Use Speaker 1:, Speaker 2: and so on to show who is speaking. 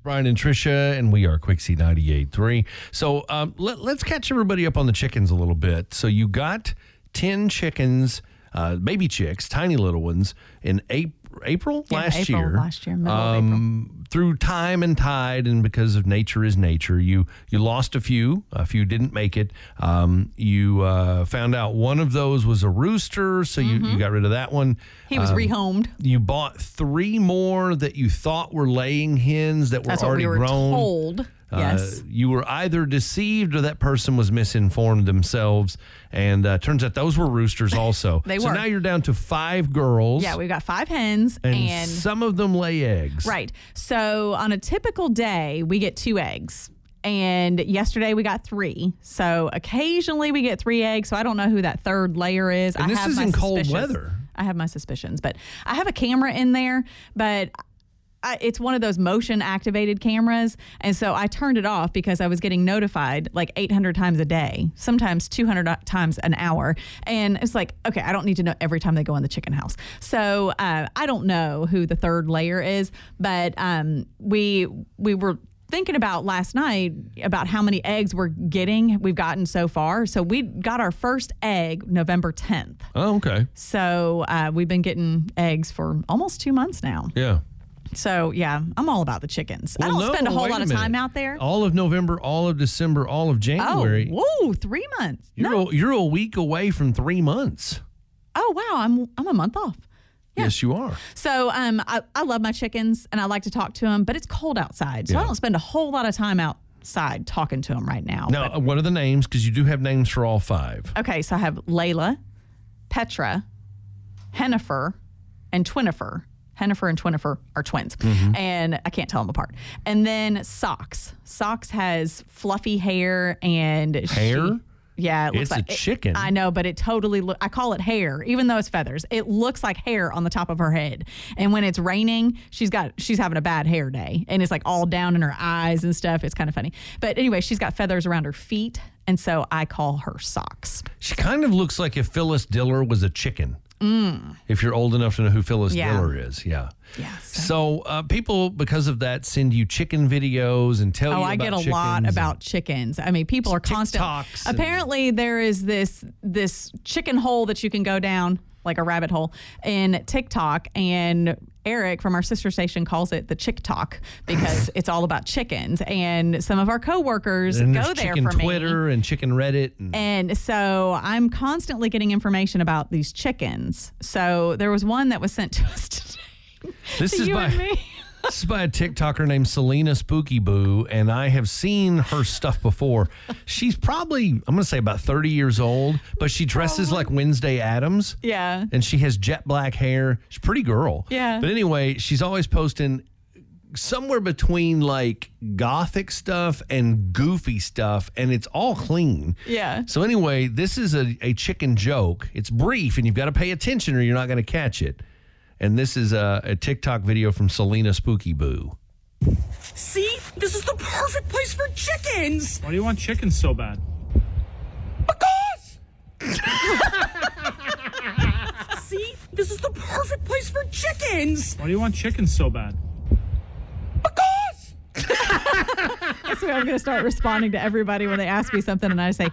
Speaker 1: Brian and Tricia, and we are Quick C 98.3. So um, let, us catch everybody up on the chickens a little bit. So you got 10 chickens, uh, baby chicks, tiny little ones, in April. April
Speaker 2: Yeah,
Speaker 1: last
Speaker 2: April
Speaker 1: year,
Speaker 2: last year, middle of
Speaker 1: um, through time and tide, and because of nature is nature, you you lost a few, a few didn't make it. Um, you uh, found out one of those was a rooster, so you,
Speaker 2: Mm-hmm.
Speaker 1: you got rid of that one.
Speaker 2: He
Speaker 1: um,
Speaker 2: was rehomed.
Speaker 1: You bought three more that you thought were laying hens that were
Speaker 2: That's what
Speaker 1: already
Speaker 2: we were
Speaker 1: grown.
Speaker 2: told.
Speaker 1: Uh,
Speaker 2: yes.
Speaker 1: you were either deceived or that person was misinformed themselves. And uh, turns out those were roosters also.
Speaker 2: They
Speaker 1: so
Speaker 2: were.
Speaker 1: now you're down to five girls.
Speaker 2: Yeah, we've got five hens
Speaker 1: and,
Speaker 2: and,
Speaker 1: some of them lay eggs.
Speaker 2: right. So on a typical day, we get two eggs. And yesterday we got three. So occasionally we get three eggs. So I don't know who that third layer is.
Speaker 1: And
Speaker 2: I
Speaker 1: this
Speaker 2: have
Speaker 1: is
Speaker 2: my
Speaker 1: in cold
Speaker 2: suspicions.
Speaker 1: weather.
Speaker 2: I have my suspicions, but I have a camera in there, but I, it's one of those motion activated cameras. And so I turned it off because I was getting notified like 800 times a day, sometimes 200 o- times an hour. And it's like, okay, I don't need to know every time they go in the chicken house. So uh, I don't know who the third layer is, but um, we, we were thinking about last night about how many eggs we're getting we've gotten so far so we got our first egg november 10th
Speaker 1: Oh, okay.
Speaker 2: so uh, we've been getting eggs for almost two months now.
Speaker 1: Yeah.
Speaker 2: So yeah, I'm all about the chickens. I
Speaker 1: Well,
Speaker 2: don't
Speaker 1: no,
Speaker 2: spend a whole
Speaker 1: wait
Speaker 2: lot
Speaker 1: a
Speaker 2: of time
Speaker 1: minute.
Speaker 2: out there.
Speaker 1: All of November, all of December, all of
Speaker 2: Oh,
Speaker 1: January.
Speaker 2: whoa, three months.
Speaker 1: You're, a, you're a week away from three months.
Speaker 2: Oh wow, I'm I'm a month off.
Speaker 1: Yes, you are.
Speaker 2: So um, I, I love my chickens and I like to talk to them, but it's cold outside, so I
Speaker 1: Yeah.
Speaker 2: don't spend a whole lot of time outside talking to them right now.
Speaker 1: Now, uh, what are the names? Because you do have names for all five.
Speaker 2: Okay, so I have Layla, Petra, Hennifer, and Twinifer. Hennifer and Twinifer are twins,
Speaker 1: Mm-hmm.
Speaker 2: and I can't tell them apart. And then Socks. Socks has fluffy hair and she-
Speaker 1: Hair?
Speaker 2: yeah, it looks
Speaker 1: It's a
Speaker 2: like it-
Speaker 1: chicken.
Speaker 2: I know, but it totally. Lo- I call it hair, even though it's feathers. It looks like hair on the top of her head. And when it's raining, she's got she's having a bad hair day, and it's like all down in her eyes and stuff. It's kind of funny. But anyway, she's got feathers around her feet, and so I call her socks.
Speaker 1: She kind of looks like if Phyllis Diller was a chicken. If you're old enough to know who Phyllis
Speaker 2: Mm. Yeah.
Speaker 1: Diller is, yeah.
Speaker 2: Yes.
Speaker 1: So uh, people, because of that, send you chicken videos and tell
Speaker 2: Oh,
Speaker 1: you.
Speaker 2: I
Speaker 1: about
Speaker 2: get a
Speaker 1: chickens
Speaker 2: lot
Speaker 1: and-
Speaker 2: about chickens. I mean, people are constant.
Speaker 1: TikToks and-
Speaker 2: Apparently, there is this this chicken hole that you can go down, like a rabbit hole, in TikTok. And Eric from our sister station calls it the Chick Talk because it's all about chickens. And some of our coworkers
Speaker 1: and
Speaker 2: go
Speaker 1: there's
Speaker 2: there
Speaker 1: chicken
Speaker 2: for me.
Speaker 1: Twitter and chicken Reddit. And,
Speaker 2: And so I'm constantly getting information about these chickens. So there was one that was sent to us today.
Speaker 1: this
Speaker 2: to
Speaker 1: is
Speaker 2: you
Speaker 1: by
Speaker 2: and me.
Speaker 1: this is by a TikToker named Selena Spooky Boo, and I have seen her stuff before. She's probably I'm going to say about 30 years old, but she dresses
Speaker 2: Oh
Speaker 1: like Wednesday Adams.
Speaker 2: Yeah.
Speaker 1: and she has jet black hair. She's a pretty girl.
Speaker 2: Yeah.
Speaker 1: But anyway, she's always posting somewhere between like gothic stuff and goofy stuff, and it's all clean.
Speaker 2: Yeah.
Speaker 1: So anyway, this is a, a chicken joke. It's brief, and you've got to pay attention, or you're not going to catch it. And this is a, a TikTok video from Selena Spooky Boo.
Speaker 3: See, this is the perfect place for chickens.
Speaker 4: Why do you want chickens so bad?
Speaker 3: Because. See, this is the perfect place for chickens.
Speaker 4: Why do you want chickens so bad?
Speaker 3: Because.
Speaker 2: So I'm going to start responding to everybody when they ask me something, and I say,